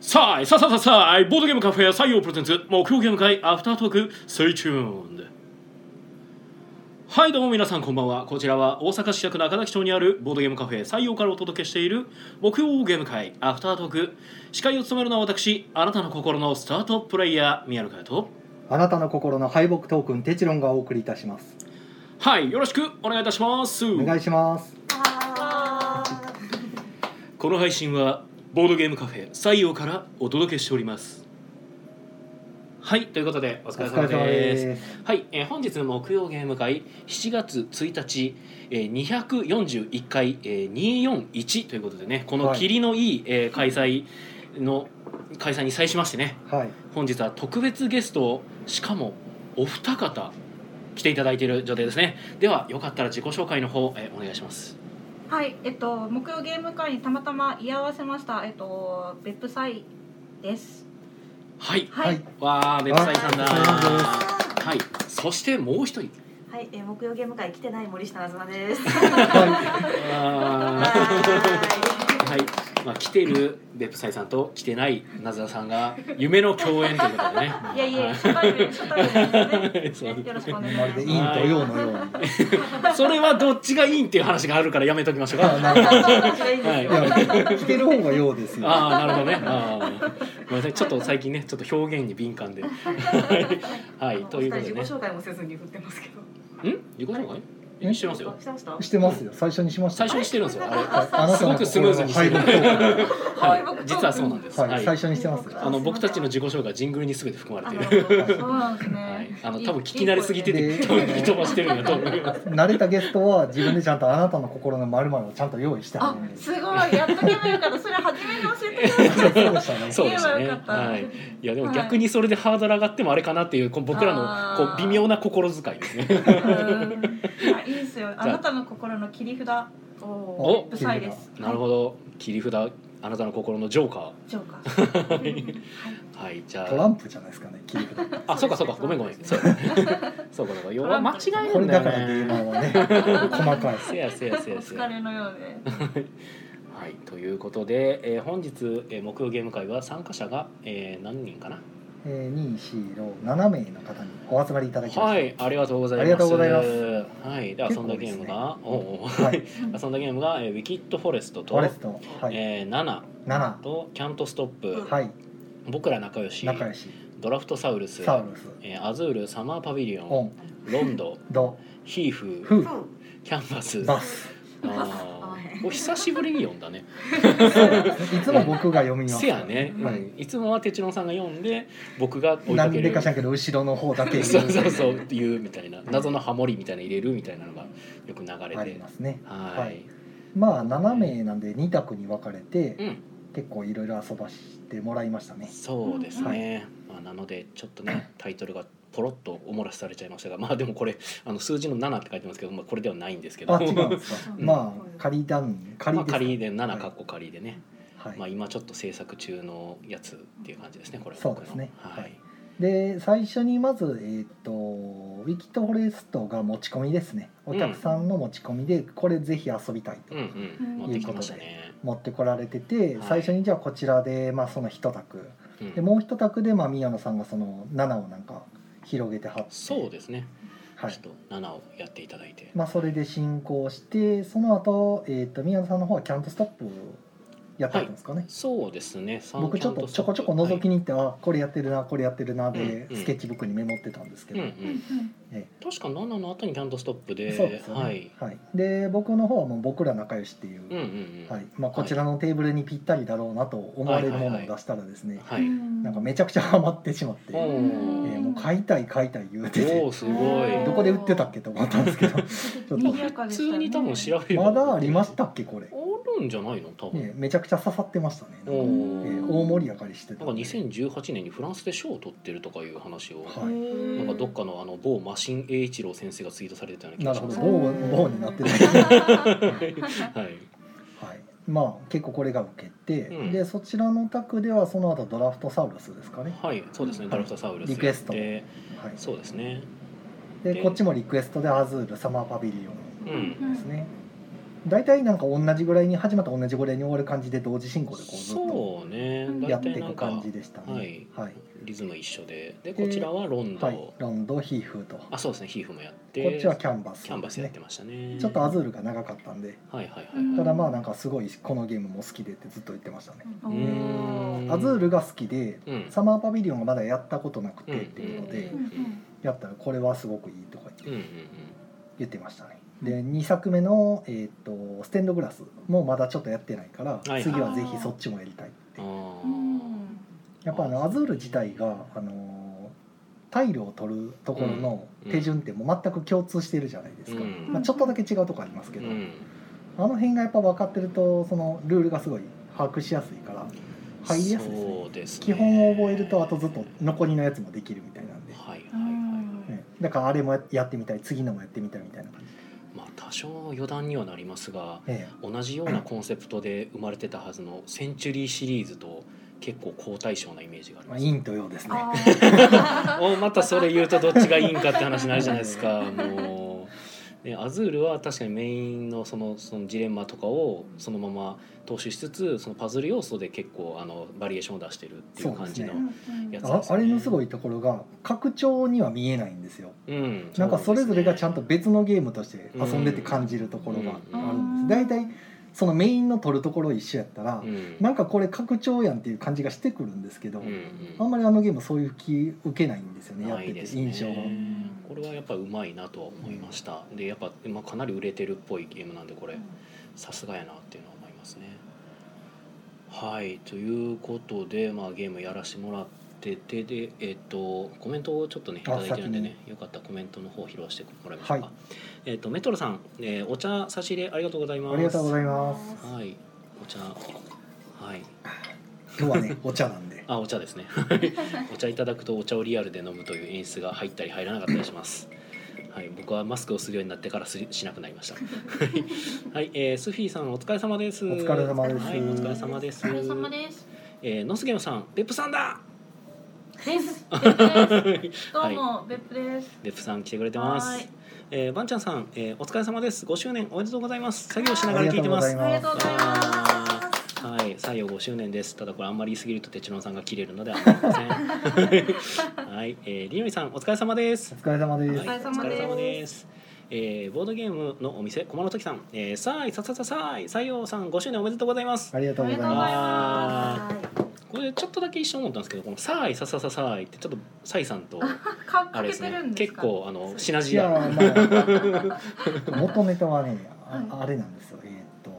さあいさあさあさあさあボードゲームカフェ採用プレゼンツ目標ゲーム会アフタートーク Stay tuned はいどうも皆さんこんばんはこちらは大阪市役中崎町にあるボードゲームカフェ採用からお届けしている目標ゲーム会アフタートーク司会を務めるのは私あなたの心のスタートプレイヤー宮野佳代とあなたの心の敗北トークンテチロンがお送りいたします。はいよろしくお願いいたしますお願いします。この配信はボードゲームカフェ採用からお届けしておりますはいということでおお疲れ様ですす。はい、えー本日の木曜ゲーム会7月1日、えー、241回、えー、241ということでねこのはい霧のいい、えー開催の開催に際しましてねはい。本日は特別ゲストをしかもお二方来ていただいている状態ですねではよかったら自己紹介の方、えーお願いしますはい、えっと木曜ゲーム会にたまたま居合わせました。えっと別府祭です。はいはい。。はいわあベブサイさんだははいそしてもう一人はい、えー木曜ゲーム会来てない森下なず まです。あーはははい、まあ、来てるベプサイさんと来てないナズナさんが夢の共演ということでねいやいやは初対面初対面で すそうね。ねよろしくお願い。いしままるすで。陰と陽のように。それはどっちがいいんっていう話があるからやめときましょうあか。なるほどい。いいですよ。はいいや、着てる方が陽ですよ。ああなるほどね。あーごめんなさいちょっと最近ねちょっと表現に敏感で。はあいのということでおね二人。自己紹介もせずに振ってますけど。ん自己紹介？えしてますよ。してました。してますよ。最初にしまし最たよ。初にしてるんですよ。あはい。あなたのすごくスムーズ心にのして敗る北トーははいい実はそうなんです。クン。ははい。最い。初にしてます。あの僕たちの自己紹介はジングルにすべて含まあれのている。はそうなんですね。はい。あの多分聞き慣れすぎてていい多分吹き飛ばしてるんだと思います。慣れたゲストは自分でちゃんとあなたの心のまるをちゃんと用意してああるん、ですすごいやっとけばよかった。それ初めに教えてください。そうでした そうでしたね。ね。言えばよかったはい。いやでもはい逆にそれでハードル上がってもあれかなっていうこう僕らのあこーう微妙な心遣いですね。 うんあいいですよ。あなたの心の切り札。い。おおお別府祭です。なるど。ほど。切り札あなたの心のジョーカジョーカー。ー。ー。はい。じゃトラあ。ンプじゃないですかね。切り札あ、そうかそうか。ごめんごめん。 そうそうかそうか。要は間違えこるれんだだよから芸ね。能はね、細かい。せやせやせおやせや疲。れのようで。はい。ということで、えー本日、えー、木曜ゲーム会は参加者が、えー何人かな。えー二四六七名の方にお集まりいただきました。はい。ありがとうございます。。ありがとうございますはい。で遊んだゲームが、おうおうはい。遊んだゲームが、えーウィキッドフォレストとフォレスト、はい、えー、7 7、とキャントストップ、はい、僕ら仲良し仲良し、ドラフトサウルスサウルス、えーアズールサマーパビリオンオン、ロンドド、ヒーフフふキャンバス バス。ああーお久しぶりに読んだねいつも僕が読みます。せやね、はうい。んいつもは哲郎さんが読んで僕が追いなかんけでるかしらんけど後ろの方だけそうそうそう言うみたいな謎のハモリみたいなの入れるみたいなのがよく流れあてりますね。はいはいまあ7名なんで2択に分かれうてん結構いろいろ遊ばしてもらいましたね。そうですね、まあ、なのでちょっとねタイトルがポロッとお漏らしされちゃいましたがまあでもこれあの数字の7って書いてますけど、まあ、これではないんですけどあ違うんですか。うんまあ仮段仮まあ、ですか。仮で7はかいっこ仮でね、まはあ、い。今ちょっと制作中のやつっていう感じですねこれはそうですね僕のははいい、で最初にまずえっとウィキッドフォレストが持ち込みですね。お客さんの持ち込みでこれぜひ遊びたいとうんうん持ってきてましたね持ってこられててはい最初にじゃあこちらでまあその一択うんでもう一択でまあ宮野さんがその7をなんか広げてはってそうですね、はいちょっと7をやっていただいて、まあそれで進行してその後えっと宮野さんの方はキャンプストップやってたんですかねそうですね三僕ちょっとちょこちょこ覗きに行ってあこれやってるなこれやってるなでうんうんスケッチブックにメモってたんですけはいどうんううんん、うん確か7の後にキャントストップでそうですよはねいはいで僕の方はもう僕ら仲良しっていうんううんうんはいまあこちらのテーブルにぴったりだろうなと思われるものを出したらですねはい、なんかめちゃくちゃハマってしまっておえーーもう買いたい買いたい言うておてーすごいどこで売ってたっけと思ったんです けどちょっ賑やとか普でしたね通に多分調べればまだありましたっけこれ、あるんじゃないの多分、ね、めちゃくちゃ刺さってましたね、おえおーー大盛り上がりしてたなんか2018年にフランスで賞を取ってるとかいう話を、はいなんかどっかのあの某マシン栄一郎先生がツイートされてたようなな気るがしほまどす棒ね。棒になってない、 ははい。い、まあ結構これが受けて、うんでそちらの卓ではその後ドラフトサウルスですかね、はい、そうですね。ドラフトサウルスリクエストで、はい、そうですね。ででこっちもリクエストでアズールサマーパビリオンうん。ですね大体なんか同じぐらいに始まった同じぐらいに終わる感じで同時進行でこうずっとそうね。うんだやっ大てい体なんくか感じでしたね。はいはい。リズム一緒でででこちらはロンド、はいロンド、ヒーフと。こあそうですねヒーフもやってっちはキャンバス、キャンバスやってましたねちょっとアズールが長かったんで、はいはいはい、うんただまあなんかすごいこのゲームも好きでってずっと言ってましたね。おうーーんアズールが好きで、うんサマーパビリオンがまだやったことなくてっていうので、うんうんやったらこれはすごくいいとかうんう言ってんうん言ってましたね。で2作目の、えー、とステンドグラスもまだちょっとやってないから、いはい次はぜひそっちもやりたいってあーうんやっぱあのアズール自体が、あのータイルを取るところの手順ってもう全く共通してるじゃないですか、うんまあ、ちょっとだけ違うとこありますけうど、んあの辺がやっぱ分かってるとそのルールがすごい把握しやすいから入りやすいですねそうですね基本を覚えるとあとずっと残りのやつもできるみたいなんで、はいはいはうい、んねだからあれもややってみたい次のもやってみたいみたいな感じまあ多少余談にはなりますがで、え同じようなコンセプトで生まれてたはずのセンチュリーシリーズと結構好対照なイメージがあえりまますあ、陰と陽ですねあーおまたそれ言うとどっちがいいんかって話になるじゃないです かもう、ね、アズールは確かにメインのそのそのジレンマとかをそのまま踏襲しつつそのパズル要素で結構あのバリエーションを出してるっていう感じのそううんやつああれのすごいところが拡張には見えないんですようんなんかそれぞれがちゃんとう別のゲームとして遊んでて感じるところがあるんですう大ん体そのメインの取るところ一緒やったらんなんかこれ拡張やんっていう感じがしてくるんですけどうんうんあんまりあのゲームそういう気受けないんですよねやっなていてですね印象が。これはやっぱうまいなとは思いました、でやっぱ、まあ、かなり売れてるっぽいゲームなんでこれさすがやなっていうのは思いますねはいということで、まあ、ゲームやらしてもらっててでえっ、とコメントをちょっとねいただいてるんでねよかったらコメントの方を披露してもらいましょうか、はいえっ、とメトロさん、えーお茶差し入れありがとうございますありがとうございいまます。す。はいお茶はい今日はねお茶なんで。あお茶ですねお茶いただくとお茶をリアルで飲むという演出が入ったり入らなかったりしますはい僕はマスクをするようになってからすりしなくなりましたはい、えー、スフィーさんお疲れ様ですお疲れ様ですはいお疲れ様ですお疲れ様です。えー、ノスゲムさんベップさんだです。別ですどうはも、別府です。ベップさん来てくれてまはすいえー、バンちゃんさん、えー、お疲れ様です5周年おめでとうございます作業しながら聞いてまありすがありがとうございます。はい、採用5周年です。ただこれあんまり言い過ぎるとテチロンさんが切れるのでありません。はい、えー、リノリさんお疲れ様ですお。疲れ様ではいす。お疲れ様ですす。えーボードゲームのお店駒の時さん、えー、さあいささささあい採用さん5周年おめでとうございます。ありがとうございありがとうござまいあはいーこれちょっとだけ一緒に思ったんですけど、このさあいささささあいってちょっとサイさんとか、あかれでけすてねるんで結すか。構あのシナす。ジいやーある。まあ元ネタはねあはあれなんですよ。えーっと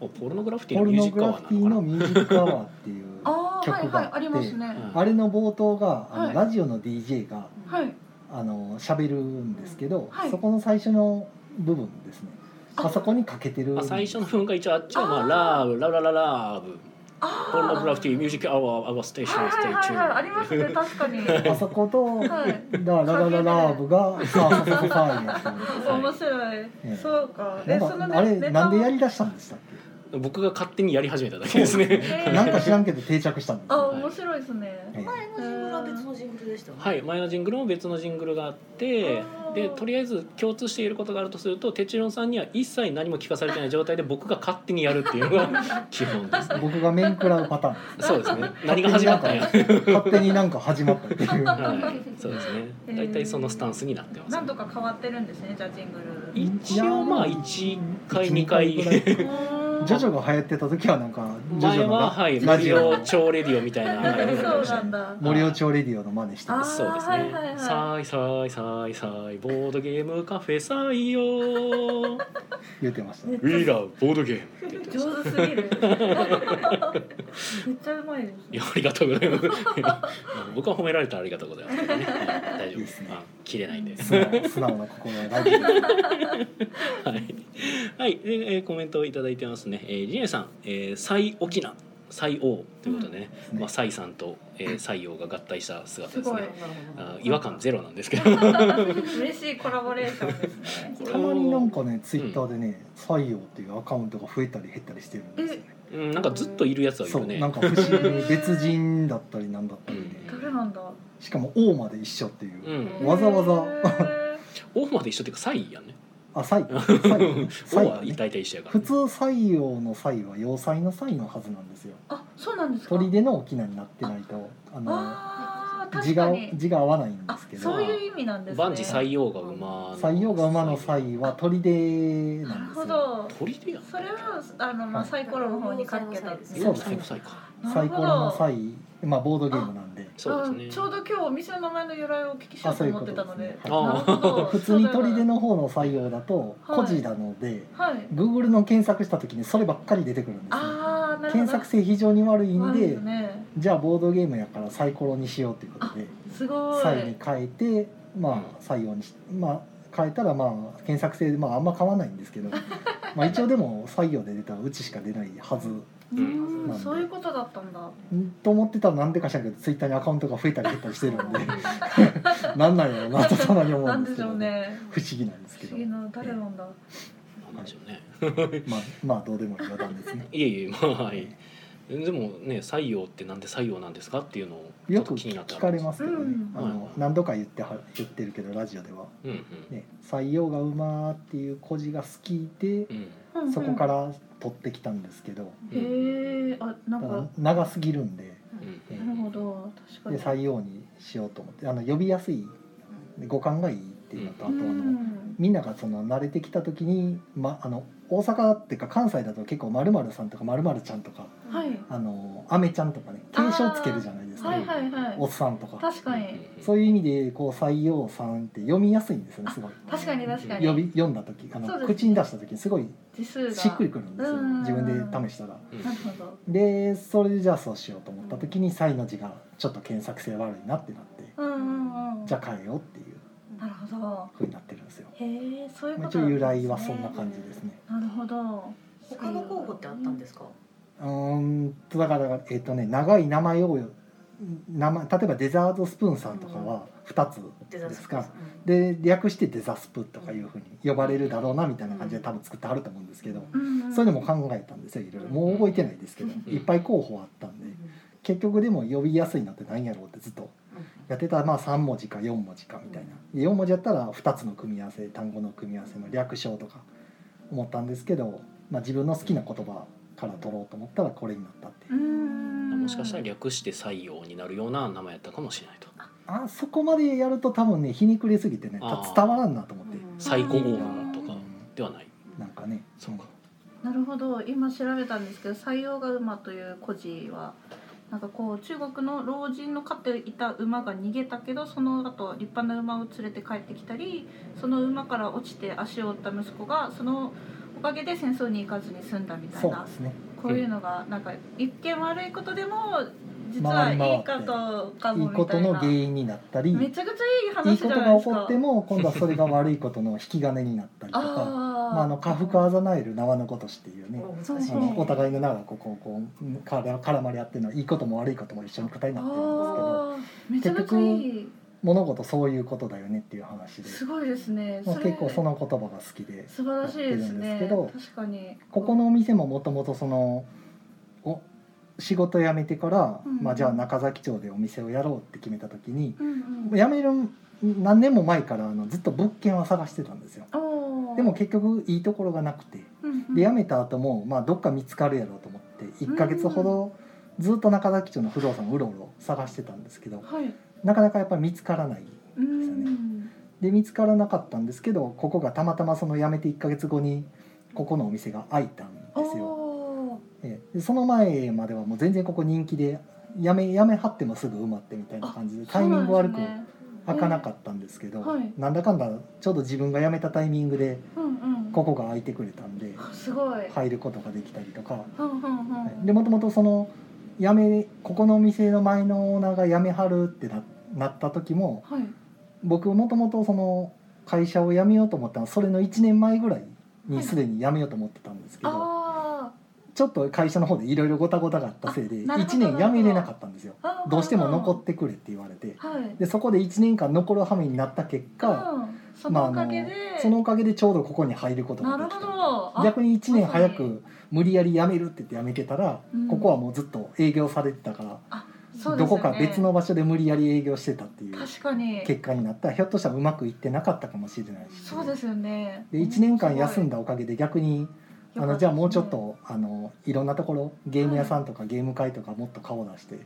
おポルノグラフィティポのルミュージノックグアラワフーなのかィティのミュージックアワーっていうああ、はい曲はいが、ありあっますて。な。ね。うんあれの冒頭があの、はいラジオの DJ がはい。あの喋るんですけど、はいそこの最初の部分ですね。ああそこにかけてる。まあ、最初の分が一応あっちはまあラあーブララララーブあポルノグラあ。フィティミュージックアワーアワーステーショはンいスはテいーはシいョはい、ンあります ね、確かに。あそこと、はい。ラララララーブがさあさあさあやつなんですよ面白いええ。そうか。なえ、んそのかあれね、ネなタんでやも。りだしたんでしたっけ僕が勝手にやり始めただけですね。なんか知らんけど定着したんですあ、よ面白いですね。え前のジングルは別のジングルでしたね。はい、前のジングルも別のジングルがあってあーでとりあえず共通していることがあるとするとテチロンさんには一切何も聞かされてない状態で僕が勝手にやるっていうのが基本ですえね。僕が面食らうパターンですそうですね何が始まったんや、は勝手になんか始まったっていうい、そうですね大体そのスタンスになってます、なんとか変わってるんですね、じゃあジングル。一応まあ1回2回一二ぐらいジョジョョが流行ってた時はなんかジョジ前ョのはがはいラマジリオオ超レディオみたいなはいジョジョがそうなんだ。森尾町レディオの真似してますそうですね。あーはいはいはいさいさいさいさいボードゲームカフェ採用。言ってましたね We love ボードゲームって言ってました。上手す ぎる。めっちゃうまいですいやありがとうございます。 僕は褒められたらありがとうございますけ どね。はい大丈夫ですいいですね。あ切れないんで。素直素直な心が大事ですはい。はい。で、えーコメントをいただいてますね。えー、ジネさん、えー、最沖縄、最王ということでね。うんまあ、サイさんと、えー、西洋が合体した姿ですすごいね。なるあほどー違和感ゼロなんですけど。ね。嬉しいコラボレーションですね。たまになんかねツイッターでね採用っていうアカウントが増えたり減ったりしてるんですよね うん、なんかずっといるやつはいそるうね。なんか不思議に別人だったりなんだったりね誰なんだ。しかも王まで一緒っていううん。わざわざへーオフまで一緒っていうかサイやね。あ採 そうは採採大体一緒やか普らね、通採用の採は要塞の採のはずなんですよあそうなんですか砦の沖縄になってないとあのあー字確かがに字が合わないんであすけどそういう意味なんですね万事採用が馬の採用が馬の採は砦ななんでるほすよど鳥でやんそれはあの、まあ、はいサイコロの方にかけたんですねそうですね要塞の採かなサるイコほロどの採まあボードゲームなんでそうあですちょうねど今日お店の名前の由来をお聞きしようと思ってたのであそういうなことでするねほど普通に砦の方の採用だとはい孤児なので、はい。 Google の検索した時にそればっかり出てくるんですよああ、なるほど。検索性非常に悪いん悪いでよね。じゃあボードゲームやからサイコロにしようということですごい。採に変えてまあ採用にしまあ変えたらまあ検索性まああんま変わらないんですけ どまあ一応でも採用で出たらうちしか出ないはずううんん、そういうことだったんだ。んと思ってたらなんでか知らんけどツイッターにアカウントが増えたり減ったりしてるん でなんなんやろうなとたまに思うなんんでけですしどょうね。不思議なんですけ不ど思議な誰なんだ。なんでしょうねまあまあどうでもいい余談ですねいえいえまあはいでもね採用ってなんで採用なんですかっていうのをちょよっとく気になった聞かれますけどね、うん。あの何度か言っては言ってるけどラジオでは、うんうんね「採用が馬」っていう孤児が好きでう、んそこからら取ってきたんですけど、へえ、あ、なんたかだ。長すぎるんでうんなるほど、で確かに。採用にしようと思ってあの呼びやすいで語感がいいっていうのとあとあの、うんみんながその慣れてきた時に、ま、あの大阪っていうか関西だと結構「まるさんとか「まるちゃんとかはい。 「あのアメちゃん」とかね継承つけるじゃないですか、はいはいはおっさんとい。か確かに。そういう意味でこう「採用さん」って読みやすいんですよねすごい確かに確かあに。呼び読んだ時あの、そうですね口に出した時にすごい字数が。しっくりくるんですようん自分で試したら。なるほど。でそれでじゃあそうしようと思った時に「サイの字がちょっと検索性悪いなってなってうんうんうん。じゃあ変えようっていうなるほど。ふうになってるんですよ。へえ、そういうまあこ一と応なん由来ですね。はそんな感じですね。なるほど。。他の候補ってあったんですすか。うーんとだからえっ、とね長い名前を名前例えばデザートスプーンさんとかは2つデザですか。で略してデザスプとかいうふうに呼ばれるだろうなみたいな感じで多分作ってあると思うんですけど。うんうん、そういうのも考えたんですよいろいろもう覚えてないですけどうんいっぱい候補あったんで結局でも呼びやすいのって何やろうってずっとやってたらまあ3文字か4文字かみたいな4文字やったら2つの組み合わせ単語の組み合わせの略称とか思ったんですけど、まあ、自分の好きな言葉から取ろうと思ったらこれになったっていうう、んもしかしたら略して採用になるような名前やったかもしれないとあそこまでやると多分ねひねくれすぎてねあー伝わらんなと思って、最高うん峰とかではないなんかねそうかなるほど今調べたんですけど「採用が馬」という孤児はなんかこう中国の老人の飼っていた馬が逃げたけどその後立派な馬を連れて帰ってきたりその馬から落ちて足を折った息子がそのおかげで戦争に行かずに済んだみたそいうなですねこういうのがなんか一見悪いことでも実はいいことかいいもこみたといのな原因になったりめちゃくちゃいいい話いじゃことないがで起すか。こっても今度はそれが悪いことの引き金になったりとか。あーまあ、あの家福アザナエル縄のことしっていうねそうあのお互いの名がこうこうこうから絡まり合ってるのはいいことも悪いことも一緒に答えになってるんですけどあーめちゃくちゃいい物事そういうことだよねっていう話ですごいですねまあそれ結構その言葉が好きで素晴らしいですやっねてるんで確かにここのお店ももともとそのお仕事辞めてから、うんまあ、じゃあ中崎町でお店をやろうって決めた時にうんうん辞める何年も前からあのずっと物件は探してたんですよおーでも結局いいところがなくてうんうんで辞めた後もまあどっか見つかるやろうと思って1ヶ月ほどずっと中崎町の不動産をうろうろ探してたんですけどはいなかなかやっぱり見つからないうんで見つからなかったんですけどここがたまたまその辞めて1ヶ月後にここのお店が開いたんですよ、おーええでその前まではもう全然ここ人気で辞め辞めはってもすぐ埋まってみたいな感じでタイミング悪くそうなんですね開かなかったんですけどはいなんだかんだちょうど自分が辞めたタイミングでうんうんここが開いてくれたんですごい入ることができたりとかうんうんうんでもともとその辞めここのお店の前のオーナーが辞めはるってななった時もはい僕もともとその会社を辞めようと思ったのはそれの1年前ぐらいはにいすでに辞めようと思ってたんですけど、あちょっと会社の方でいろいろごたごたがあったせいであなるほど1年辞めれなかったんですよーあーどうしても残ってくれって言われてはいでそこで1年間残る羽目になった結果、うんそまあのあおのかげでそのおかげでちょうどここに入ることがなるでほきたどあ逆に1年早まさく無理やり辞めるって言って辞めてたら、うんここはもうずっと営業されてたからあそうでどすよこねか別の場所で無理やり営業してたっていう確かに結果になったらひょっとしたらうまくいってなかったかもしれないしそうですよねで1年間休んだおかげで逆にすごいあのじゃあもうちょっとあのいろんなところゲーム屋さんとかゲーム会とかもっと顔出して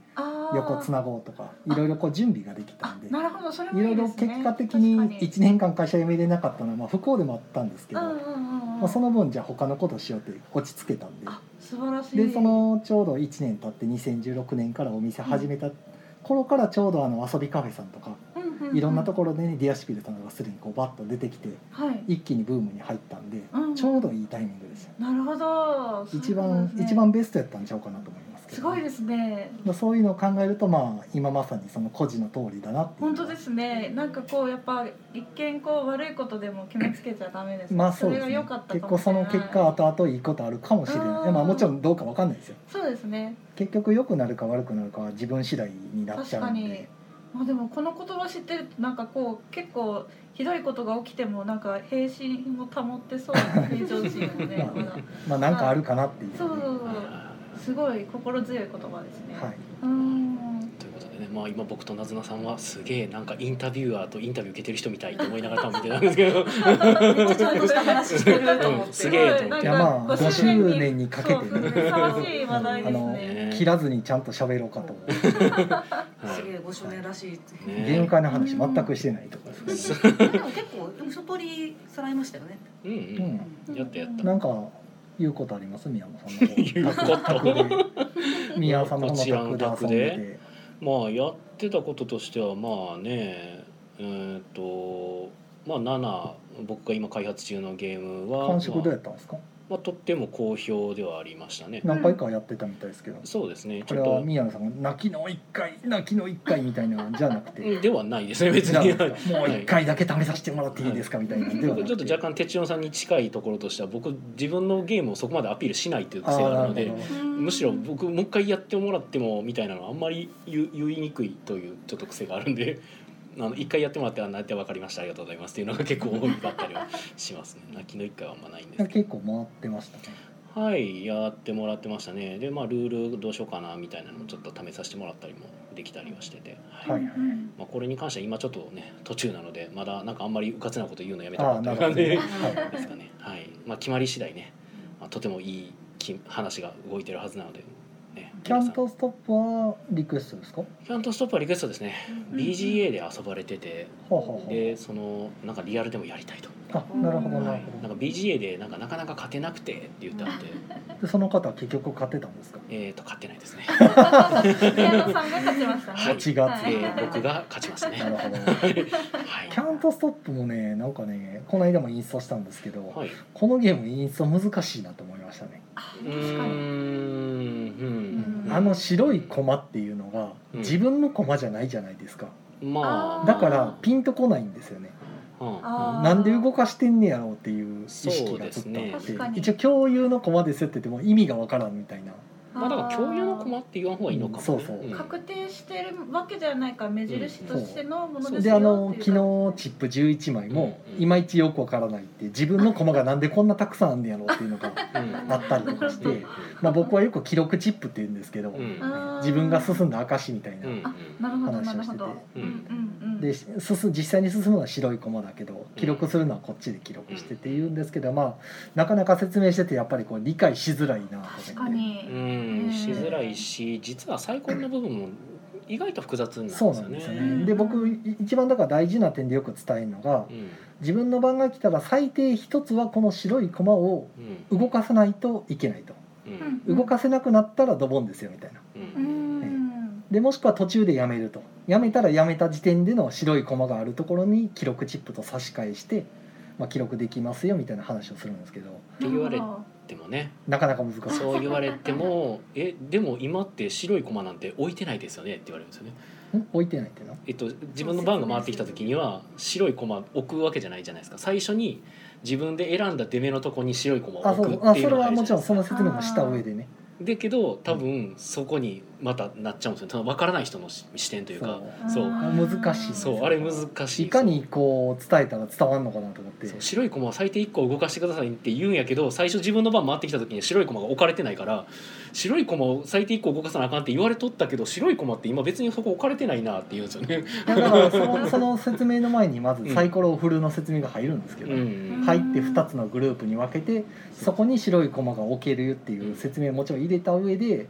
横つななごうとかいろいろこう準備ができたあんでなるほどそれもいいろいいでろすね結果的確かに1年間会社辞めれなかったのはまあ不幸でもあったんですけうど、んうまんうんうんあ、その分じゃあ他のことしようって落ち着けたんであ素晴らしいでそのちょうど1年経って2016年からお店始めた頃からちょうどあの遊びカフェさんとかうんうんうんいろんなところでねディアシピルさんがすでにこうバッと出てきてはい一気にブームに入ったんでうんちょうどいいタイミングですよなるほどそうい一うこと番ですね一番ベストやったんちゃうかなと思いますけどすごいですねまあそういうのを考えるとまあ今まさにその個人の通りだなっていう本当ですねなんかこうやっぱ一見こう悪いことでも決めつけちゃダメですねまあそうでれすが良ねかった結か構もそしれないの結果後々いいことあるかもしれないうんまあもちろんどうかわかんないですよそうですね結局良くなるか悪くなるかは自分次第になっち確ゃかうんにで、まあ、でもこの言葉知ってるとなんかこう結構ひどいことが起きてもなんか平心を保ってそうな平常心をねまだまあなんかあるかなっていうそうそうねそうすごい心強い言葉ですね、はい、うーんということでね、まあ、今僕となずなさんはすげえなんかインタビュアーとインタビュー受けてる人みたいと思いながら多分見てたんですけどめっちゃちゃんとした話してると思っうんて。 すげえとご思ってなんいやまあか5 5周周年年ににかけてそうねふさわしい話題ですあのね切らずにちゃんと喋ろうかと思うはいすげえご周年らしいって。ねゲーム会の話全くしてないとこですね、でも結構でも外りさらいましたよね。うんううんんやったやったなんか言うことあります宮本さんの方言うこと で宮本さんの方の宅で遊んでまあやってたこととしてはまあねえーっとまあ7僕が今開発中のゲームては感触まどうあやったんですかまあとっても好評ではありましたね。何回かやってたみたいですけどそうですねこちれょっはと宮野さんが泣きの一回泣きの一回みたいなのじゃなくうんてではないですね別じゃに。 なはくいてもう一回だけ試させてもらっていいですかみたいなのちでょはっとなちょくってと若干哲郎さんに近いところとしては僕自分のゲームをそこまでアピールしないという癖があるのあーなでるほどむしろ僕もう一回やってもらってもみたいなのはあんまり言う言いにくいというちょっと癖があるんで あの一回やってもらってあなって分かりましたありがとうございますっていうのが結構多かったりはしますね泣きの一回はあんまないんですけ結構回ってましたねどはいやってもらってましたねでまあルールどうしようかなみたいなのもちょっと試させてもらったりもできたりはしてて、はいはいまあ、これに関しては今ちょっとね途中なのでまだなんかあんまりうかつなこと言うのやめたあかあっなたる感ほどじねではいすかね、はいまあ、決まり次第ね、まあ、とてもいいき話が動いてるはずなので、ね、キャ皆さンんトストップはリクエストですかキャントストップはリクエストですね、うんうん BGA で遊ばれててほうほうほうでそのなんかリアルでもやりたいと、あなるほどなはるいほ、などんか BGA でなんかなかなか勝てなくてって言ってあって、 でその方は結局買ってたんですかえー、と勝ってないですね、宮野さんが勝ちましたねはい8え月 はいー僕が勝ちましたねなるほどはいキャントストップもねなんかねこの間もインストしたんですけどはい、このゲームインスト難しいなと思いましたね、うーんうんあの白い駒っていうのがうん自分の駒じゃないじゃないですかまあだからピンとこないんですよねうんあーなんで動かしてんねやろうっていう意識がずっとそうあでっすてね確かに一応共有の駒ですって言っても意味がわからんみたいなまあだから共有の駒あって言わん方がいいのかも、ねそうそうー確定してるわけじゃないから目印としてのものですよであのって昨い日うチップ11枚もうんうんいまいちよくわからないって自分の駒がなんでこんなたくさんあんねやろうっていうのがうんあったりとかしうん て、まあ、僕はよく記録チップって言うんですけど、うんうんあー自分が進んだ証みたいな、うんなるほど話なをるしてほてどうんうんうんで進実際に進むのは白い駒だけど記録するのはこっちで記録してって言うんですけど、まあなかなか説明しててやっぱりこう理解しづらいなと思確かってうにんうんしづらいし実は再婚の部分も意外と複雑になるそんうですなよんねですようね。んで僕い一番だから大事な点でよく伝えるのがうん自分の番が来たら最低一つはこの白い駒をうん動かさないといけないとうんうん動かせなくなったらドボンですよみたいな。ううんんでもしくは途中でやめるとやめたらやめた時点での白い駒があるところに記録チップと差し替えして、まあ、記録できますよみたいな話をするんですけどて言われでもねなかなか難しいそう言われても「えでも今って白い駒なんて置いてないですよね」って言われるんですよね。ん置いてないっていうのえっと、自分の番が回ってきた時には白い駒置くわけじゃないじゃないですか最初に自分で選んだ出目のとこに白い駒をあそ置くうっあていうそれのがはあるじもゃないでちろんすそかの説明もした上でねだけど多分そこにまたなっちゃうんですよ多分分からない人の視視点というかそう難しいそうあれ難しいいかにこう伝えたら伝わるのかなと思ってそう白い駒を最低1個動かしてくださいって言うんやけど最初自分の番回ってきた時に白い駒が置かれてないから白い駒を最低1個動かさなあかんって言われとったけど白い駒って今別にそこ置かれてないなって言うんですよね。いやだからそのその説明の前にまずサイコロを振るの説明が入るんですけど、うん入って2つのグループに分けてそこに白い駒が置けるっていう説明をもちろん入れた上で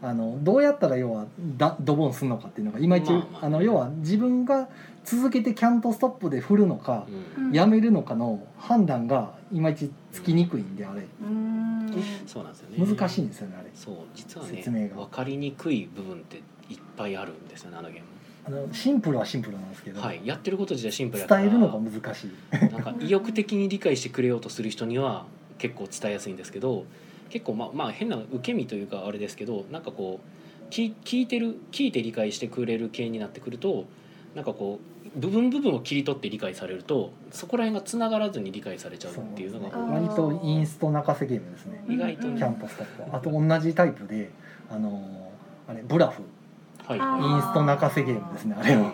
あのどうやったら要はだドボンするのかっていうのがいまいち、まあまああの要は自分が続けてキャントストップで振るのか、うんやめるのかの判断がいまいちつきにくいんであれうんそうなんですよね難しいんですよねあれそう実は説明ねが分かりにくい部分っていっぱいあるんですよねあのゲーム。あのシンプルはシンプルなんですけど、はい、やってること自体シンプル伝やからえるのが難しいなんか意欲的に理解してくれようとする人には結構伝えやすいんですけど結構まあまあ変な受け身というかあれですけどなんかこう聞聞いてる聞いて理解してくれる系になってくるとなんかこう部分部分を切り取って理解されるとそこら辺が繋がらずに理解されちゃうっていうのがそですね割とインスト泣かせゲームですね意外とうキんャンパスとかあと同じタイプであのーあれブラフはいあはいインスト泣かせゲームですねあれは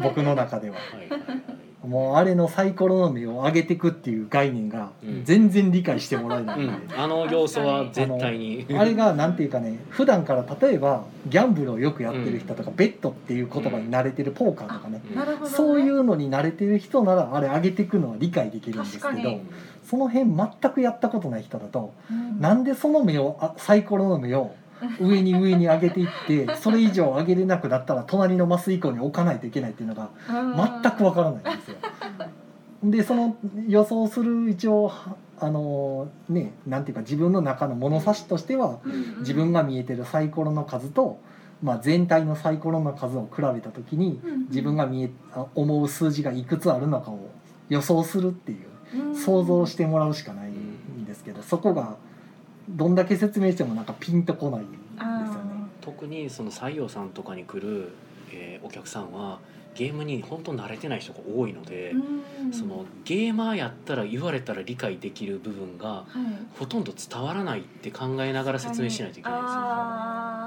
僕の中でははいはいはいもうあれのサイコロの目を上げてくっていう概念がうん全然理解してもらえないうんんで、あの要素は絶対にあれがなんていうかね普段から例えばギャンブルをよくやってる人とかベッドっていう言葉に慣れてるポーカーとかねうんなるほどねそういうのに慣れてる人ならあれ上げてくのは理解できるんですけ確かどにその辺全くやったことない人だとうんなんでその目をあサイコロの目を上に上に上げていっ てそれ以上上げれなくなったら隣のマス以降に置かないといけないっていうのが全くわからないんですよ。でその予想する一応はあのねなんていうか自分の中の物差しとしてはうんうん自分が見えてるサイコロの数と、まあ、全体のサイコロの数を比べた時にうんうん自分が見えあ思う数字がいくつあるのかを予想するっていう想像してもらうしかないんですけどそこがどんだけ説明してもなんかピンとこないんですよね。特にその採用さんとかに来る、えーお客さんはゲームに本当慣れてない人が多いので、うんそのゲーマーやったら言われたら理解できる部分がはいほとんど伝わらないって考えながら説明しないといけな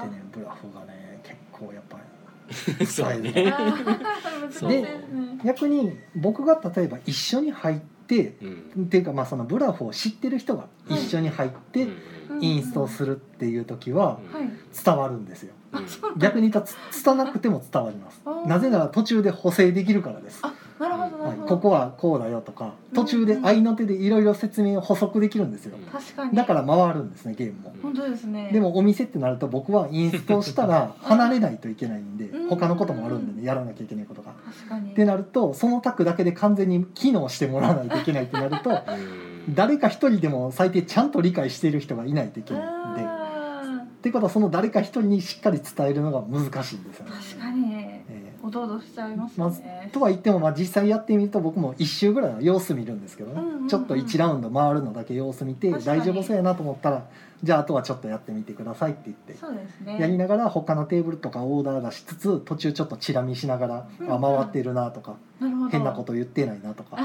あでーねブラフがね結構やっぱりいですよね。そう伝えね。あー 難しいですね逆に僕が例えば一緒に入ってうん。っていうかまあそのブラフを知ってる人が一緒に入っうてんうんインストするっていう時はうんはい伝わるんですようん逆に言ったらつ拙なくても伝わりますあーなぜなら途中で補正できるからです、はあなるほどないるほ、どここはこうだよとか途中でうん合いの手でいろいろ説明を補足できるんですようん確かにだから回るんですねゲームもうん本当ですねでもお店ってなると僕はインストしたら離れないといけないんでうん他のこともあるんでねやらなきゃいけないことが確かにってなるとその卓だけで完全に機能してもらわないといけないってなる とうん誰か一人でも最低ちゃんと理解している人がいないといけないんで。あってことはその誰か一人にしっかり伝えるのが難しいんですよーね。確かにえおどおどしちゃいますまずねーとは言ってもまあ実際やってみると僕も1周ぐらいは様子見るんですけどね、うんうんうんちょっと1ラウンド回るのだけ様子見て確か大に丈夫そうやなと思ったらじゃああとはちょっとやってみてくださいって言ってそうですやりねながら他のテーブルとかオーダー出しつつ途中ちょっとチラ見しながら、うんうんあ回ってるなとかなるほど変なこと言ってないなと か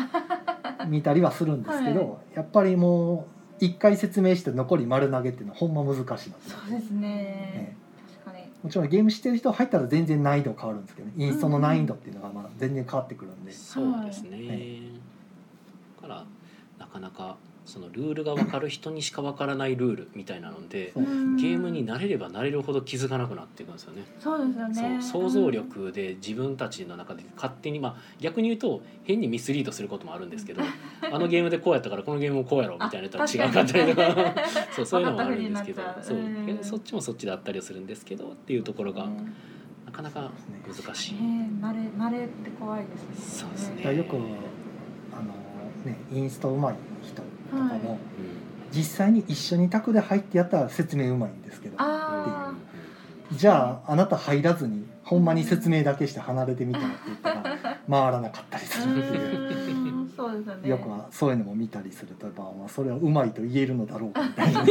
見たりはするんですけど、はやっぱりもう1回説明して残り丸投げっていうのはほんま難しいんですよそうですえねえ確かにもちろんゲームしてる人入ったら全然難易度変わるんですけどねインストの難易度っていうのがまあ全然変わってくるんで、そうですね。だかはらなかなかそのルールが分かる人にしか分からないルールみたいなので。そうですねゲームに慣れれば慣れるほど気づかなくなっていくんですよね。そうですよねそう想像力で自分たちの中で勝手にまあ逆に言うと変にミスリードすることもあるんですけどあのゲームでこうやったからこのゲームもこうやろみたいなやつは違うかったりとあ確かかそうそういうのもあるんですけど分かったふそううになっちゃううんそっちもそっちであったりするんですけどっていうところがねなかなか難しい。慣れ慣れって怖いですそうですねだからよくあのねインストうまい人とかも、はうん実際に一緒に卓で入ってやったら説明うまいんですけどあじゃああなた入らずにほんまに説明だけして離れてみたらって言ったら回らなかったりあすうるっていう。ーんそうですよねよくはそういうのも見たりするとやっぱまあそれはうまいと言えるのだろうかみ たいな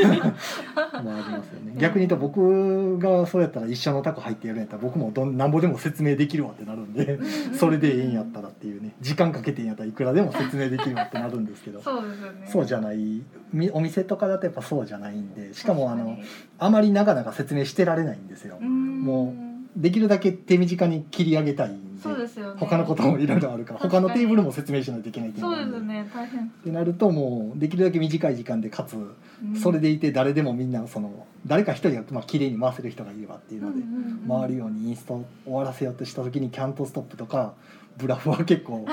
もありますよね逆に言うと僕がそうやったら一緒のタコ入ってやるんやったら僕もどんなんぼでも説明できるわってなるんでそれでええんやったらっていうね時間かけてええんやったらいくらでも説明できるわってなるんですけどそうですよねそうじゃないみお店とかだとやっぱそうじゃないんでしかもあのあまり長々説明してられないんですよできるだけ手短に切り上げたいんそうですよね他のこともいろいろあるから確か他にのテーブルも説明しないといけないっていのそがうあるんですね大変、ってなるともうできるだけ短い時間でかつうんそれでいて誰でもみんなその誰か一人がまあ綺麗に回せる人がいればっていうのでうんうんうん回るようにインスト終わらせようとした時に「キャントストップ」とか「ブラフ」は結構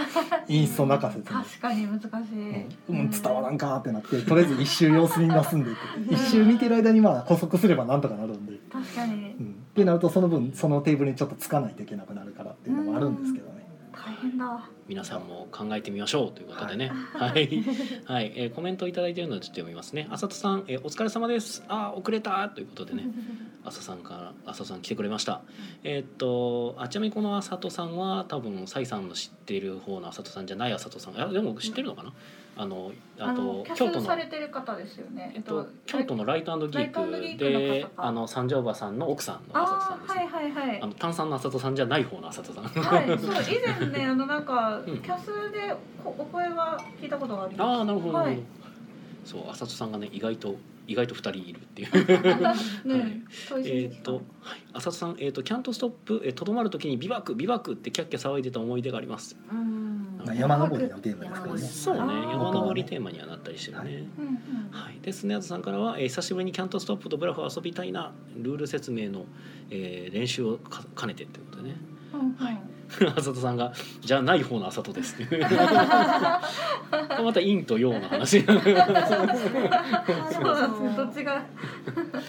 インスト泣かせて。確かに難しい、うん、うん伝わらんかーってなってとりあえず一周様子見ますんでって一周見てる間にまあ補足すればなんとかなるんで、確かにうん、ってなるとその分そのテーブルにちょっとつかないといけなくなるからっていうのもあるんですけどね。大変だ皆さんも考えてみましょうということでね。はい。はい、えーコメントをいただいているのでちょっと読みますね。あさとさん、えーお疲れ様です。あー遅れたということでね。あささんからあささん来てくれました。えーっとあちなみにこのあさとさんは多分サイさんの知っている方のあさとさんじゃないあさとさん。あでも知ってるのかな。あのああのとキ京ャス都トのされてる方ですよねえっと京都のライトギライトギーーククので方かあの三条馬さんの奥さんのあさとさあんであすーはいね。はいはいあの炭酸のあさとさんじゃない方のあさとさん。はい、そう以前ねあのなんかうキんャスでこお声は聞いたことがありま す。ああなるほど、はい、なねるほどそう浅戸さんがね意外と意外と2人いるっていうはいそ うえいうーっと、はい、浅戸さん、えーっと「キャントストップ」えーとどまる時に「ビバクビバク」ってキャッキャ騒いでた思い出がありますうんまあ山登りのゲームですからねそうねあー山登りテーマにはなったりしてるね、はいうんうん。でスネアズさんからは、えー久しぶりにキャントストップとブラフを遊びたいな」ルール説明の、えー練習をか兼ねてってことでね うんうんはい浅戸さんが「じゃない方の浅戸です」 っていうまた陰と陽の話 そうななんんでですすね。ねどどっっちちが。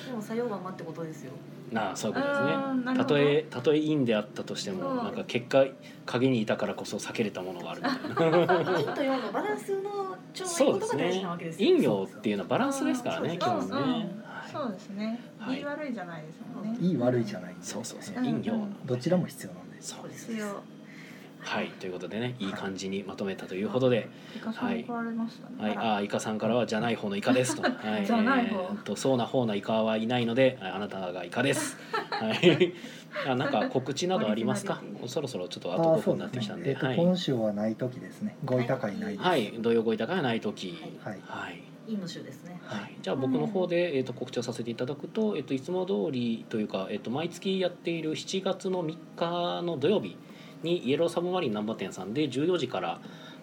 でも作用がまってことですよ。なあそういうことですねあーなるたほどとえたとえ因であったとしてもそうなんか結果影にいたからこそ避けれたものがあるみたいな陰と陽のバランスの調和そういでことすが大事ねなわけですよ。陰陽っていうのはバランスですからねそ今う日そうもね、はいそうですね。はい言い悪いじゃないですもんね。いい悪いじゃない、そうそうそううん陰陽どちらも必要なんですそうそうでですす必よ。要。はいということでねいい感じにまとめたということで、イカさん怒られましたはね。い、あらあーイカさんからはじゃない方のイカですと、はい、じゃない方えーっとそうな方のイカはいないのでああなたがイカです。はい、あなんか告知などありますかオリジナリテ？ィそろそろちょっとああとあ5分そうになってできすたんね、で、えっとはい今週はない時ですねご位高いないです、はい、土曜ごいたがない時、はいはい、陰の州ですね。はい、じゃあ僕の方で、えー、と告知をさせていただくと,、えー、といつも通りというか、えー、と毎月やっている7月の3日の土曜日にイエローサブマリン難波店さんで14時から、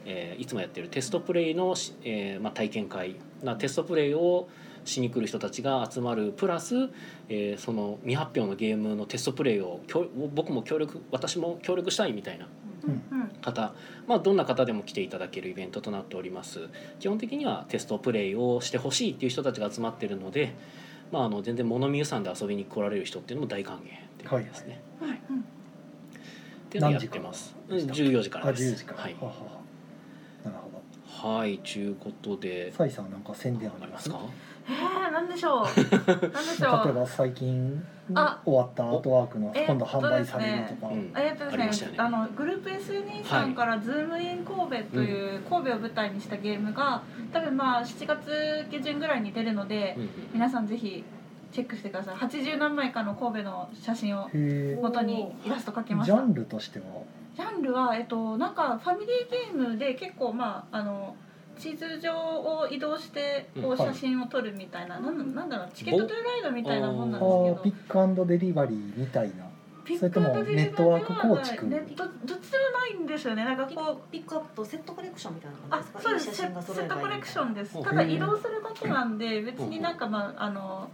えーいつもやってるテストプレイのし、えーまあ、体験会なテストプレイをしに来る人たちが集まるプラス、えーその未発表のゲームのテストプレイをきょ僕も協力私も協力したいみたいなうんうん方、まあ、どんな方でも来ていただけるイベントとなっております基本的にはテストプレイをしてほしいっていう人たちが集まってるので、まあ、あの全然物見湯さんで遊びに来られる人っていうのも大歓迎っていう感じですね、うんうん。っていうのをやってますうん何時から14でしたっけ時からあで10す時から、はいは、ははなるほどはい、ちゅうことでサイさんなんか宣伝あありりまますすかええなんでし ょう。なんでしょ例えう。ば最近あ終わったアートワークのえ今度販売されるとか、うんえっとありでましすたねよねあのグループ SNE さんから「ズームイン神戸」という神戸を舞台にしたゲームが多分まあ7月下旬ぐらいに出るのでうんうん皆さんぜひチェックしてください80何枚かの神戸の写真をへ元にイラスト描きーましジたャンルとしてはジャンルは、えっと、なんかファミリーゲームで結構まああの地図上を移動してうこんうはい写真を撮るみたいな、なんなんだろうチケットトゥーライドみたいなもんなあんーですピけどックアンドデリバリーみたいなピそれともックアンドデリバネットワーク構築ネットどっちでもないんですよねなんかピこうピックアップとセットコレクションみたいなあ感じですか。そうですいいセ写セ真が揃えッばトいいコレクションですうんただ移動するだけなんで別になんかまああの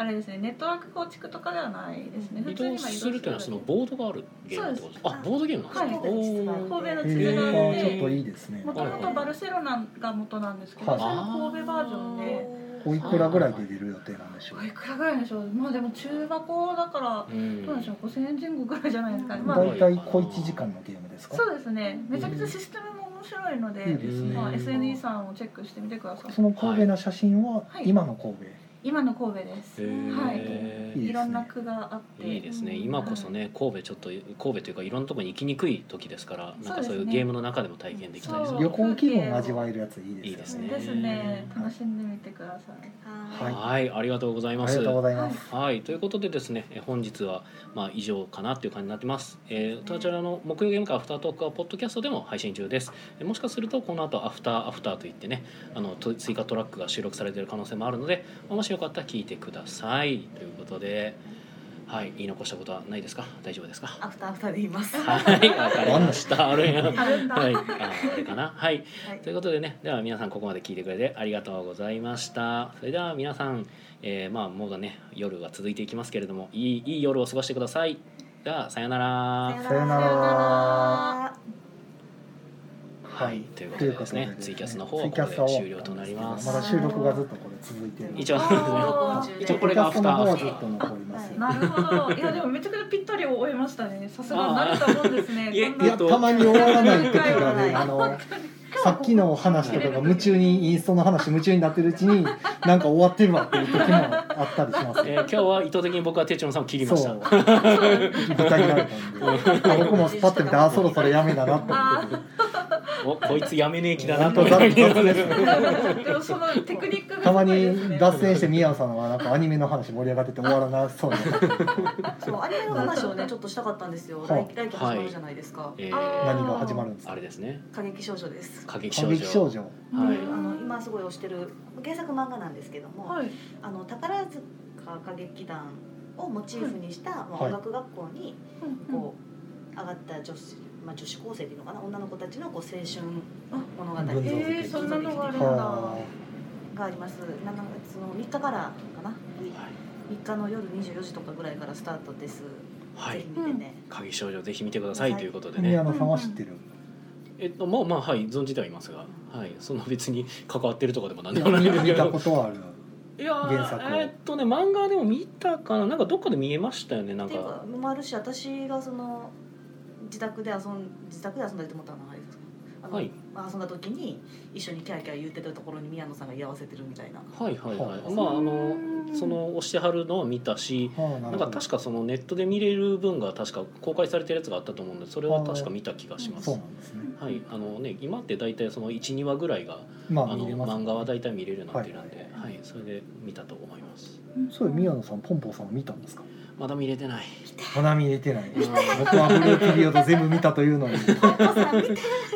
あれですねネットワーク構築とかではないですね移普通に動まあするっていうのはそのボードがあるゲームってことですそうあですボードゲームなんですか、はいおー神戸のえ地図があへー、っあーちょってといいですねもともとバルセロナが元なんですけはどいそれの神戸バージョンでおいくらぐらいで出る予定なんでしょうおいくらぐらいでしょうまあでも中箱だからうんどうでしょう5000円前後ぐらいじゃないですかねまあ大体小1時間のゲームですかそうですねめちゃくちゃシステムも面白いのいいでですね、まあ SNE さんをチェックしてみてくださいその神戸の写真ははい今の神戸、今の神戸ですへーはいいいですねいろんな句があっていいですね今こそね神戸ちょっと神戸というかいろんなところに行きにくい時ですからなんかそういそうですうねゲームの中でも体験できたりすそうる旅行気分を味わえるやついいですよねいいですそうねですね楽しんでみてくださいははいい。はい、ありがとうございあまりすが。とうございます、はい、ということでですね、え本日はまあ以上かなっていう感じになってます。えー、こちらの木曜ゲーム会アフタートークはポッドキャストでも配信中です。えもしかするとこの後アフターアフターといってね、あのと追加トラックが収録されている可能性もあるので、もしよかったら聞いてくださいということで、はい、言い残したことはないですか大丈夫ですかアフターアフターで言います。はい、わかりました。あれや。あるんだ。はい、ああれかな。はい、はいということでね、では皆さんここまで聞いてくれてありがとうございました。それでは皆さん、えー、まあもうだね、夜は続いていきますけれども、いいいい夜を過ごしてください。ではさよなら。さよならさよなら。はい、ということでですね、ツイキャスの方はここで終了となります。まだ収録がずっとこれ続いてる一応あー一応これがアフターポッドキャストの方はずっと残りますよなるほど。いやでもめちゃくちゃぴったりを終えました ね。さすがになると思うんですね。いえこんいなやたまに終わらない時が ねいやあのさっきの話とかが夢中にインストの話夢中になってるうちになんか終わってるわっていう時もあったりしますえー、今日は意図的に僕はテチロンさんを切りまそうした。ぶた切られたんで僕もスパッと見てあそろそろやめだなと思ってお、こいつやめねえ気だな本と当思雑いなが雑ら。ですねでもそのテクニック たがすごまいですねに脱線して宮野さんはなんかアニメの話盛り上がってて終わらなそうになってそうアニメの話をねちょっとしたかったんですよ。はい来来期始まるじゃないですか。えあー、何が始まるんですあかれですね。過激少女です。過激過少女。激少女はあい。の今すごい推してる原作漫画なんですけども、はい。あの宝塚歌劇団をモチーフにした、まあ、はい音楽学校にここう、上がった女子まあ女子高生っていうのかな女の子たちのこう青春物語あう群ん。像がえーそんなのがあるんだ。はあります。7月の3日からかな。はい3日の夜24時とかぐらいからスタートです。はぜいひ。見てね。鍵少女ぜひ見てくださいということであね。宮野さんは知 ってるえっとまあまあはい存じてはいますが、はいそんな別に関わってるとかでもなんいでやもないんです見けたど。ことはある いやー原作をえっとね漫画でも見たかななんかどっかで見えましたよねなっんていうかかもあるし私がその自宅で遊ん自宅で遊んだりと思ったのはあれですかあの、はいまあ、遊んだ時に一緒にキャーキャー言ってたところに宮野さんが居合わせてるみたいなはいはいはい、はいまああのうんその押してはるのは見たし。はあななるんかほど確かそのネットで見れる分が確か公開されてるやつがあったと思うんでそれは確か見た気がしますそうな。んですねはいあのね今って大体その12話ぐらいがまああの見れます漫画は大体見れるようになってるんで、ははいそれで見たと思います。そういう宮野さんポンポンさんは見たんですかまだ見れて ない。まだ見れてない僕はブルーピリオド全部見たというのに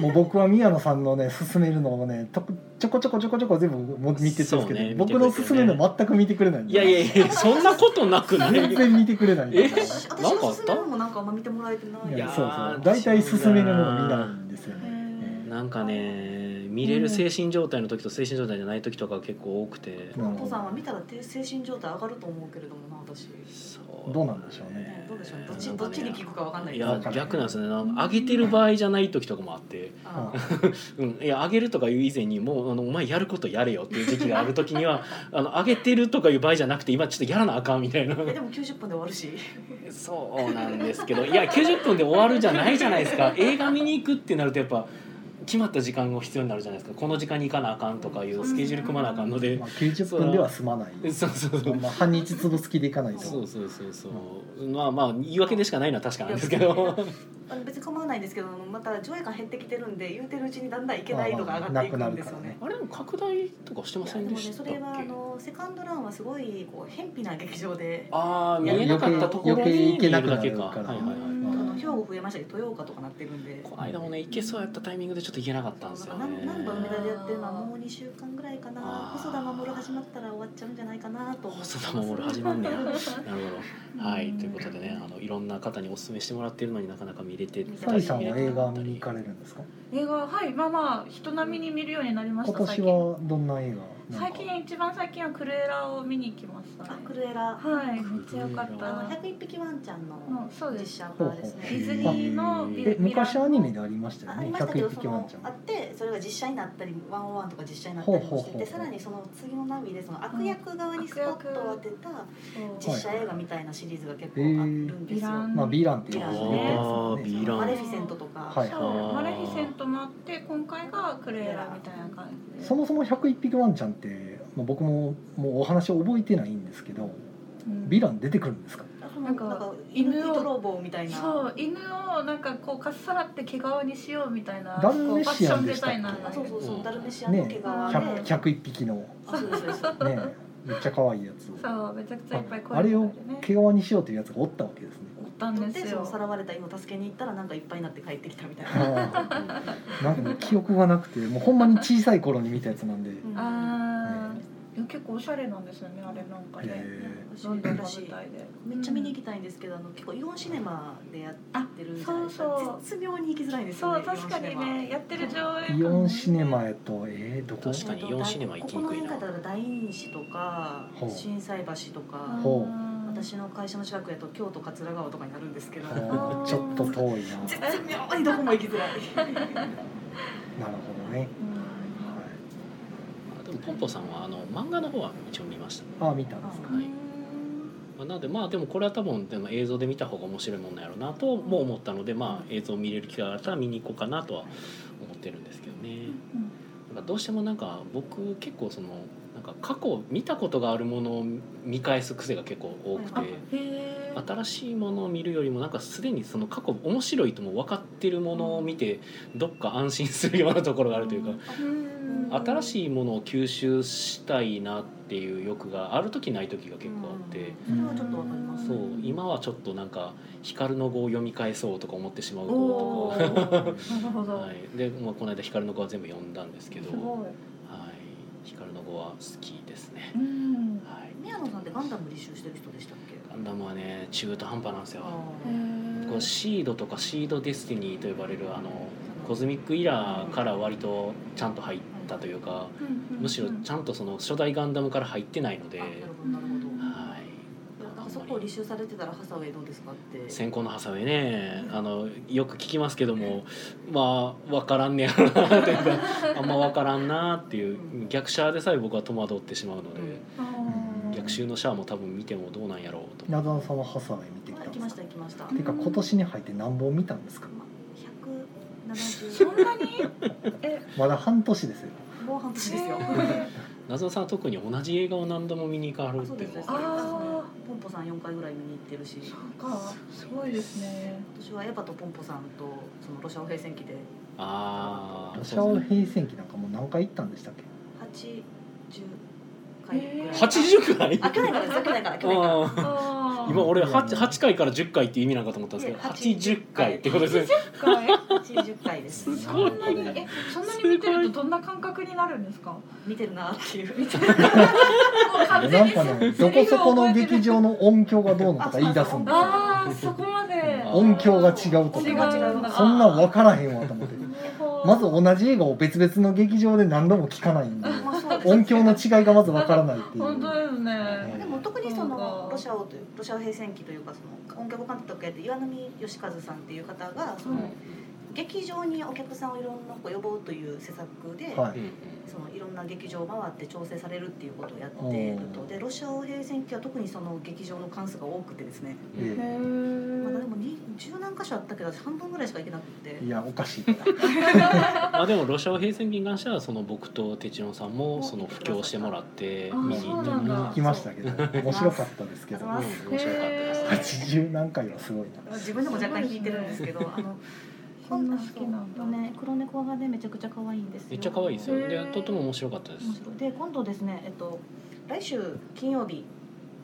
もう僕は宮野さんのね勧めるのをねとこちょこちょこちょこちょこ全部も見てたんですけど、そうね僕の勧めるの全く見てくれないんでいやいやいやそんなことなくない。 全然見てくれないんでえ私なん私かあったが勧めるのもなんかあんま見てもらえてないいいややーそうそう大体勧めるもの見ないんですよねへーなんかね見れる精神状態の時と精神状態じゃない時とかが結構多くてうんお父さんは見たらて精神状態上がると思うけれどもな私、そうどうなんでしょうねどうでしょうねどっなちんかどねっちに聞くかわかんないいけどやわかんない逆なんですねなんか上げてる場合じゃない時とかもあって、あーうん、いや上げるとかいう以前にもうあのお前やることやれよっていう時期がある時には あの上げてるとかいう場合じゃなくて今ちょっとやらなあかんみたいな えでも90分で終わるし そうなんですけどいや90分で終わるじゃないじゃないですか映画見に行くってなるとやっぱ決まった時間が必要になるじゃないですかこの時間に行かなあかんとかいうスケジュール組まなあかんのでまあ、90分では済まな いそうそうそうまあ、半日潰す気でいかないとそうそうそうそう、まあまあ言い訳でしかないのは確かなんですけいやどあの別に構わないんですけどまた上映感減ってきてるんで言うてるうちにだんだんいけないとか上がっていくんですよねあれでも拡大とかしてまいせやんででもしねたそっけれはあのセカンドランはすごいこう偏僻な劇場でああ見いやえなかったところ余に計行見えけるなくだなけるかからはいはいはいあうんの兵庫増えましたけど豊岡とかなってるんでこの間もね行けそうやったタイミングでちょっと行けなかったんですよねなんか何何度梅田でやってるのはもう2週間ぐらいかなあー細田守始まったら終わっちゃうんじゃないかなと思って細田守始まんねやなるほどはいうんということでねあのいろんな方にお勧めしてもらってるのになかなか見れてサイさん見れはて映なか画っ見たに行りかれるんですか映画ははいまあまあ人並みに見るようになりまし今年た最近。はどんな映画なん最か近一番最近はクレーラーを見に行きましたあね。クルエラはい、めっちゃ良かっあのた。 101匹ワンちゃんのうんそうで実す。写化ですほねうほデうィズニーのミえラ昔アニメでありましたあよありねましたけど101そ匹ワンのちあゃっんてそれが実写になったりワンオワンとか実写になったりもしてほうほうほてうさらにその次の波でその悪役側にスポットを当てたそう実写映画みたいなシリーズが結構あるんですよ。へーヴィランまあヴィランっていうあのそうあーを見てヴィますねマラレンフィセントとか、はいそうマレフィセントもあって今回がクレーラーみたいな感じそもそも101匹ワンちゃんって、まあ、僕ももうお話を覚えてないんですけどヴィラン出てくるんですかなんかなんか犬犬を泥棒みたいなそう犬をなんかこうかっさらって毛皮にしようみたいなダルメシアンでしたっけこうファあッションデザイナーそうそうそう、ダルメシアンの毛ね皮で、 100 101匹のねあそうですそうですめっちゃ可愛いやつそうめちゃくちゃいっぱいあれを毛毛皮にしようというやつがおったわけですねおったんでですそのよさらわれた犬を助けに行ったらなんかいっぱいになって帰ってきたみたいな。あーなんかもう記憶がなくてもうほんまに小さい頃に見たやつなんでうんあー余結構おしゃれなんですよねあれなんかへねえロンドンのし舞台でめっちゃ見に行きたいんですけど、あの結構イオンシネマでやってるじゃないですか。そうそう絶妙に行きづらいんですよそうね。確かにねやってる上映イオンシネマへとえー、どこイ確かオンシネマ。にイオンシネマ行きにくいなここの辺から大西とかほう心斎橋とか、ほう私の会社の近くやと京都桂川とかになるんですけど、あーちょっと遠いな絶妙にどこも行き づらなるほどい。ね、はい、あでもポンポさんはあの漫画の方は一応見ました、ああ見たんですかはいまあ、なのでまあでもこれは多分でも映像で見た方が面白いもんなんやろうなとも思ったのでまあ映像見れる機会があったら見に行こうかなとは思ってるんですけどねなんかどうしてもなんか僕結構そのなんか過去見たことがあるものを見返す癖が結構多くてあ。へえ新しいものを見るよりもなんかすでにその過去面白いとも分かってるものを見てどっか安心するようなところがあるというか新いしいものを吸収したいなっていう欲がある時ない時が結構あって、うんそれはちょっとわかります。そううん今はちょっとなんか「光の碁」を読み返そうとか思ってしまうおと おなるほか、ど はい、で、まあ、この間「光の碁」は全部読んだんですけすどごいはい、光の碁は好きですねう、んはい、宮野さんってガンダム履修してる人でしたっけ？ガンダムはね中途半端なんですよへーこうシードとかシードデスティニーと呼ばれるあのコズミックイラーから割とちゃんと入ったというかうんうんうんむしろちゃんとその初代ガンダムから入ってないので、あなるほどなるほど。はい、あそこを履修されてたらハサウェイどうですかって。先行のハサウェイねあのよく聞きますけどもまあ分からん ねやろなというかあんま分からんなっていう逆シャアでさえ僕は戸惑ってしまうので、あー逆襲のシャアも多分見てもどうなんやろうと謎のそのハサウェイ見てきあた行んきでますしかた行きました。ていうか今年に入って何本見たんですか百七そ十 んなにえまだ半年ですよもう半年ですよ。謎さんは特に同じ映画を何度も見に行かはるっそうていでうすのね。はあポンポさん四回ぐらい見に行ってるし、ーかすごいですね私はエヴァとポンポさんとそのロシアオ平戦記でああロシアそうオですね平戦記なんかもう何回行ったんでしたっけ八十回ぐらい。 80回あ去年からです去年から去年から。あーあー 今俺 8, 8回から10回って意味なんかと思ったんですけどいや80 80回ってことですねかえ八十回です。すごいそんなにえそんなに見てるとどんな感覚になるんですか見てるなっていう。見てるもう完な全んにかねどこそこの劇場の音響がどうのとか言い出すんですよああそこまで音響が違うと違かうんだそんなん分からへんわと思ってまず同じ映画を別々の劇場で何度も聞かないんでまあそうですね音響の違いがまず分からないってい本当うですねでも特にそそうのかロシアをというロシア平戦期というかその音楽監督やって岩波義和さんっていう方がそのうん劇場にお客さんをいろんなこう呼ぼうという施策で、はういんそのいろんな劇場を回って調整されるっていうことをやっているうとんでロシアを平戦期は特にその劇場の関数が多くてですね、うんうんえへーまだでもに十何箇所あったけど私半分ぐらいしか行けなくていやおかしいまあでもロシア平戦期に関してはその僕とテチロンさんもその布教してもらってあ見に行ってそうなんだ行きましたけど面白かったですけどうん面白かったですね80何回はすごいな自分でも若干引いてる んですけどあのそんな好きなんだそうね黒猫がねめちゃくちゃ可愛いんですよめっちゃ可愛いですよへでーとても面白かったです面白いで今度ですねえっと来週金曜日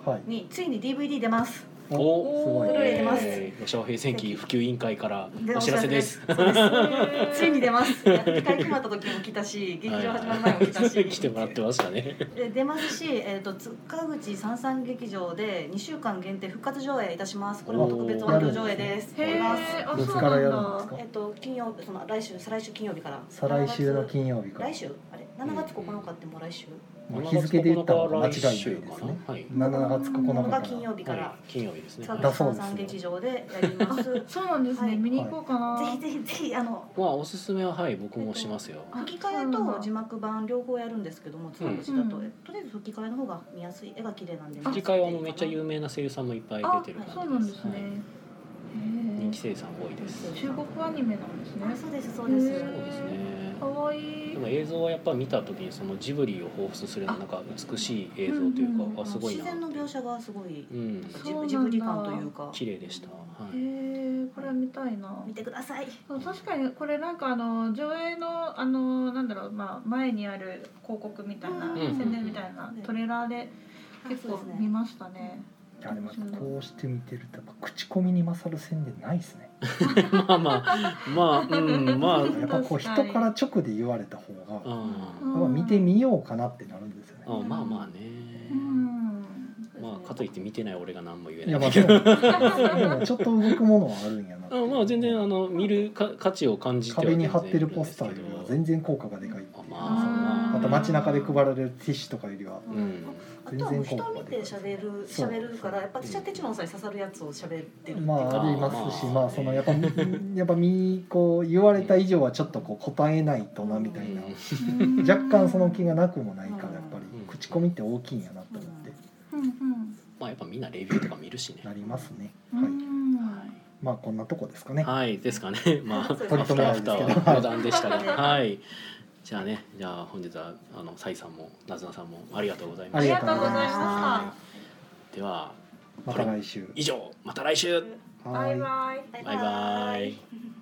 はいについに DVD 出ますおすごいブルーレイ出ますえーロシア平戦期普及委員会からでお知らせですお知らせですそうへでーすついに出ますいや機会決まった時も来たし劇場始まる前も来たし 来てもらってましたねで出ますし、えっと塚口三三劇場で2週間限定復活上映いたしますこれも特別音響上映ですへえやりますあいそつうからなやんるんでだすかえっと金曜日その来週再来週金曜日から再来週の金曜日から来週あれ7月9日ってもう来週もう日付で言ったら間違いないですね7月9日かなはい7月9日からが金曜日から金曜日ですね塚はいだ口まそう三です三劇場でやりますぜそうなんですはねい見に行こうかなひ ぜひぜひあのあおすすめははい僕もしますよあ吹き替えと字幕版両方やるんですけども塚口だと、うんえとりあえず吹き替えの方が見やすい絵が綺麗なんで吹き替えはもうめっちゃ有名名な声優さんもいっぱいあ出てるそう感なんじでですすねはい人へ気声優さん多いですえ中国アニメなんですねそうですそうです、そうへですね可愛いでも映像はやっぱ見た時にそのジブリを彷彿するようななんか美しい映像といううんうんうんかあすごい自な然の描写がすごいうんジそうなんだブジブリ感というか綺麗でしたはへいえこれは見たいな見てくださいそう確かにこれなんかあの上映のあのなんだろうまあ前にある広告みたいな、うん宣伝みたいなうんトレーラーで結構見ましたね。あれまたこうして見てるとやっぱ口コミに勝る宣伝ないですねまあまあまあうんまあやっぱこう人確かにから直で言われた方うがんやっぱ見てみようかなってなるんですよね。あまあまあね、うんまあかといって見てない俺が何も言えいなやいまあそうなんですけどでもちょっと動くものはある んやなってあまあ全然あの見るか価値を感じては壁全に然貼ってるポスターよりは全然効果がでかいっていあうまああと街中で配られるティッシュとかよりはうんあとはもう人を見て喋るそう喋るからやっぱ私はテチロンさんに刺さるやつを喋ってるっていうか、まあありますしまあまあそのやっぱ やっぱみこう言われた以上はちょっとこう答えないとなみたいなうん若干その気がなくもないからやっぱりうん口コミって大きいんやなと思ってうんうんまあやっぱみんなレビューとか見るしねなりますねうはいんまあこんなとこですかねはいですかね まあアそうフですタねーアフターは余談でしたがはいはいじゃあねじゃあ本日はあのサイさんもナズナさんもありがとうございまあしりたがとうございまではまた来週以上また来週したバイバイバイバイ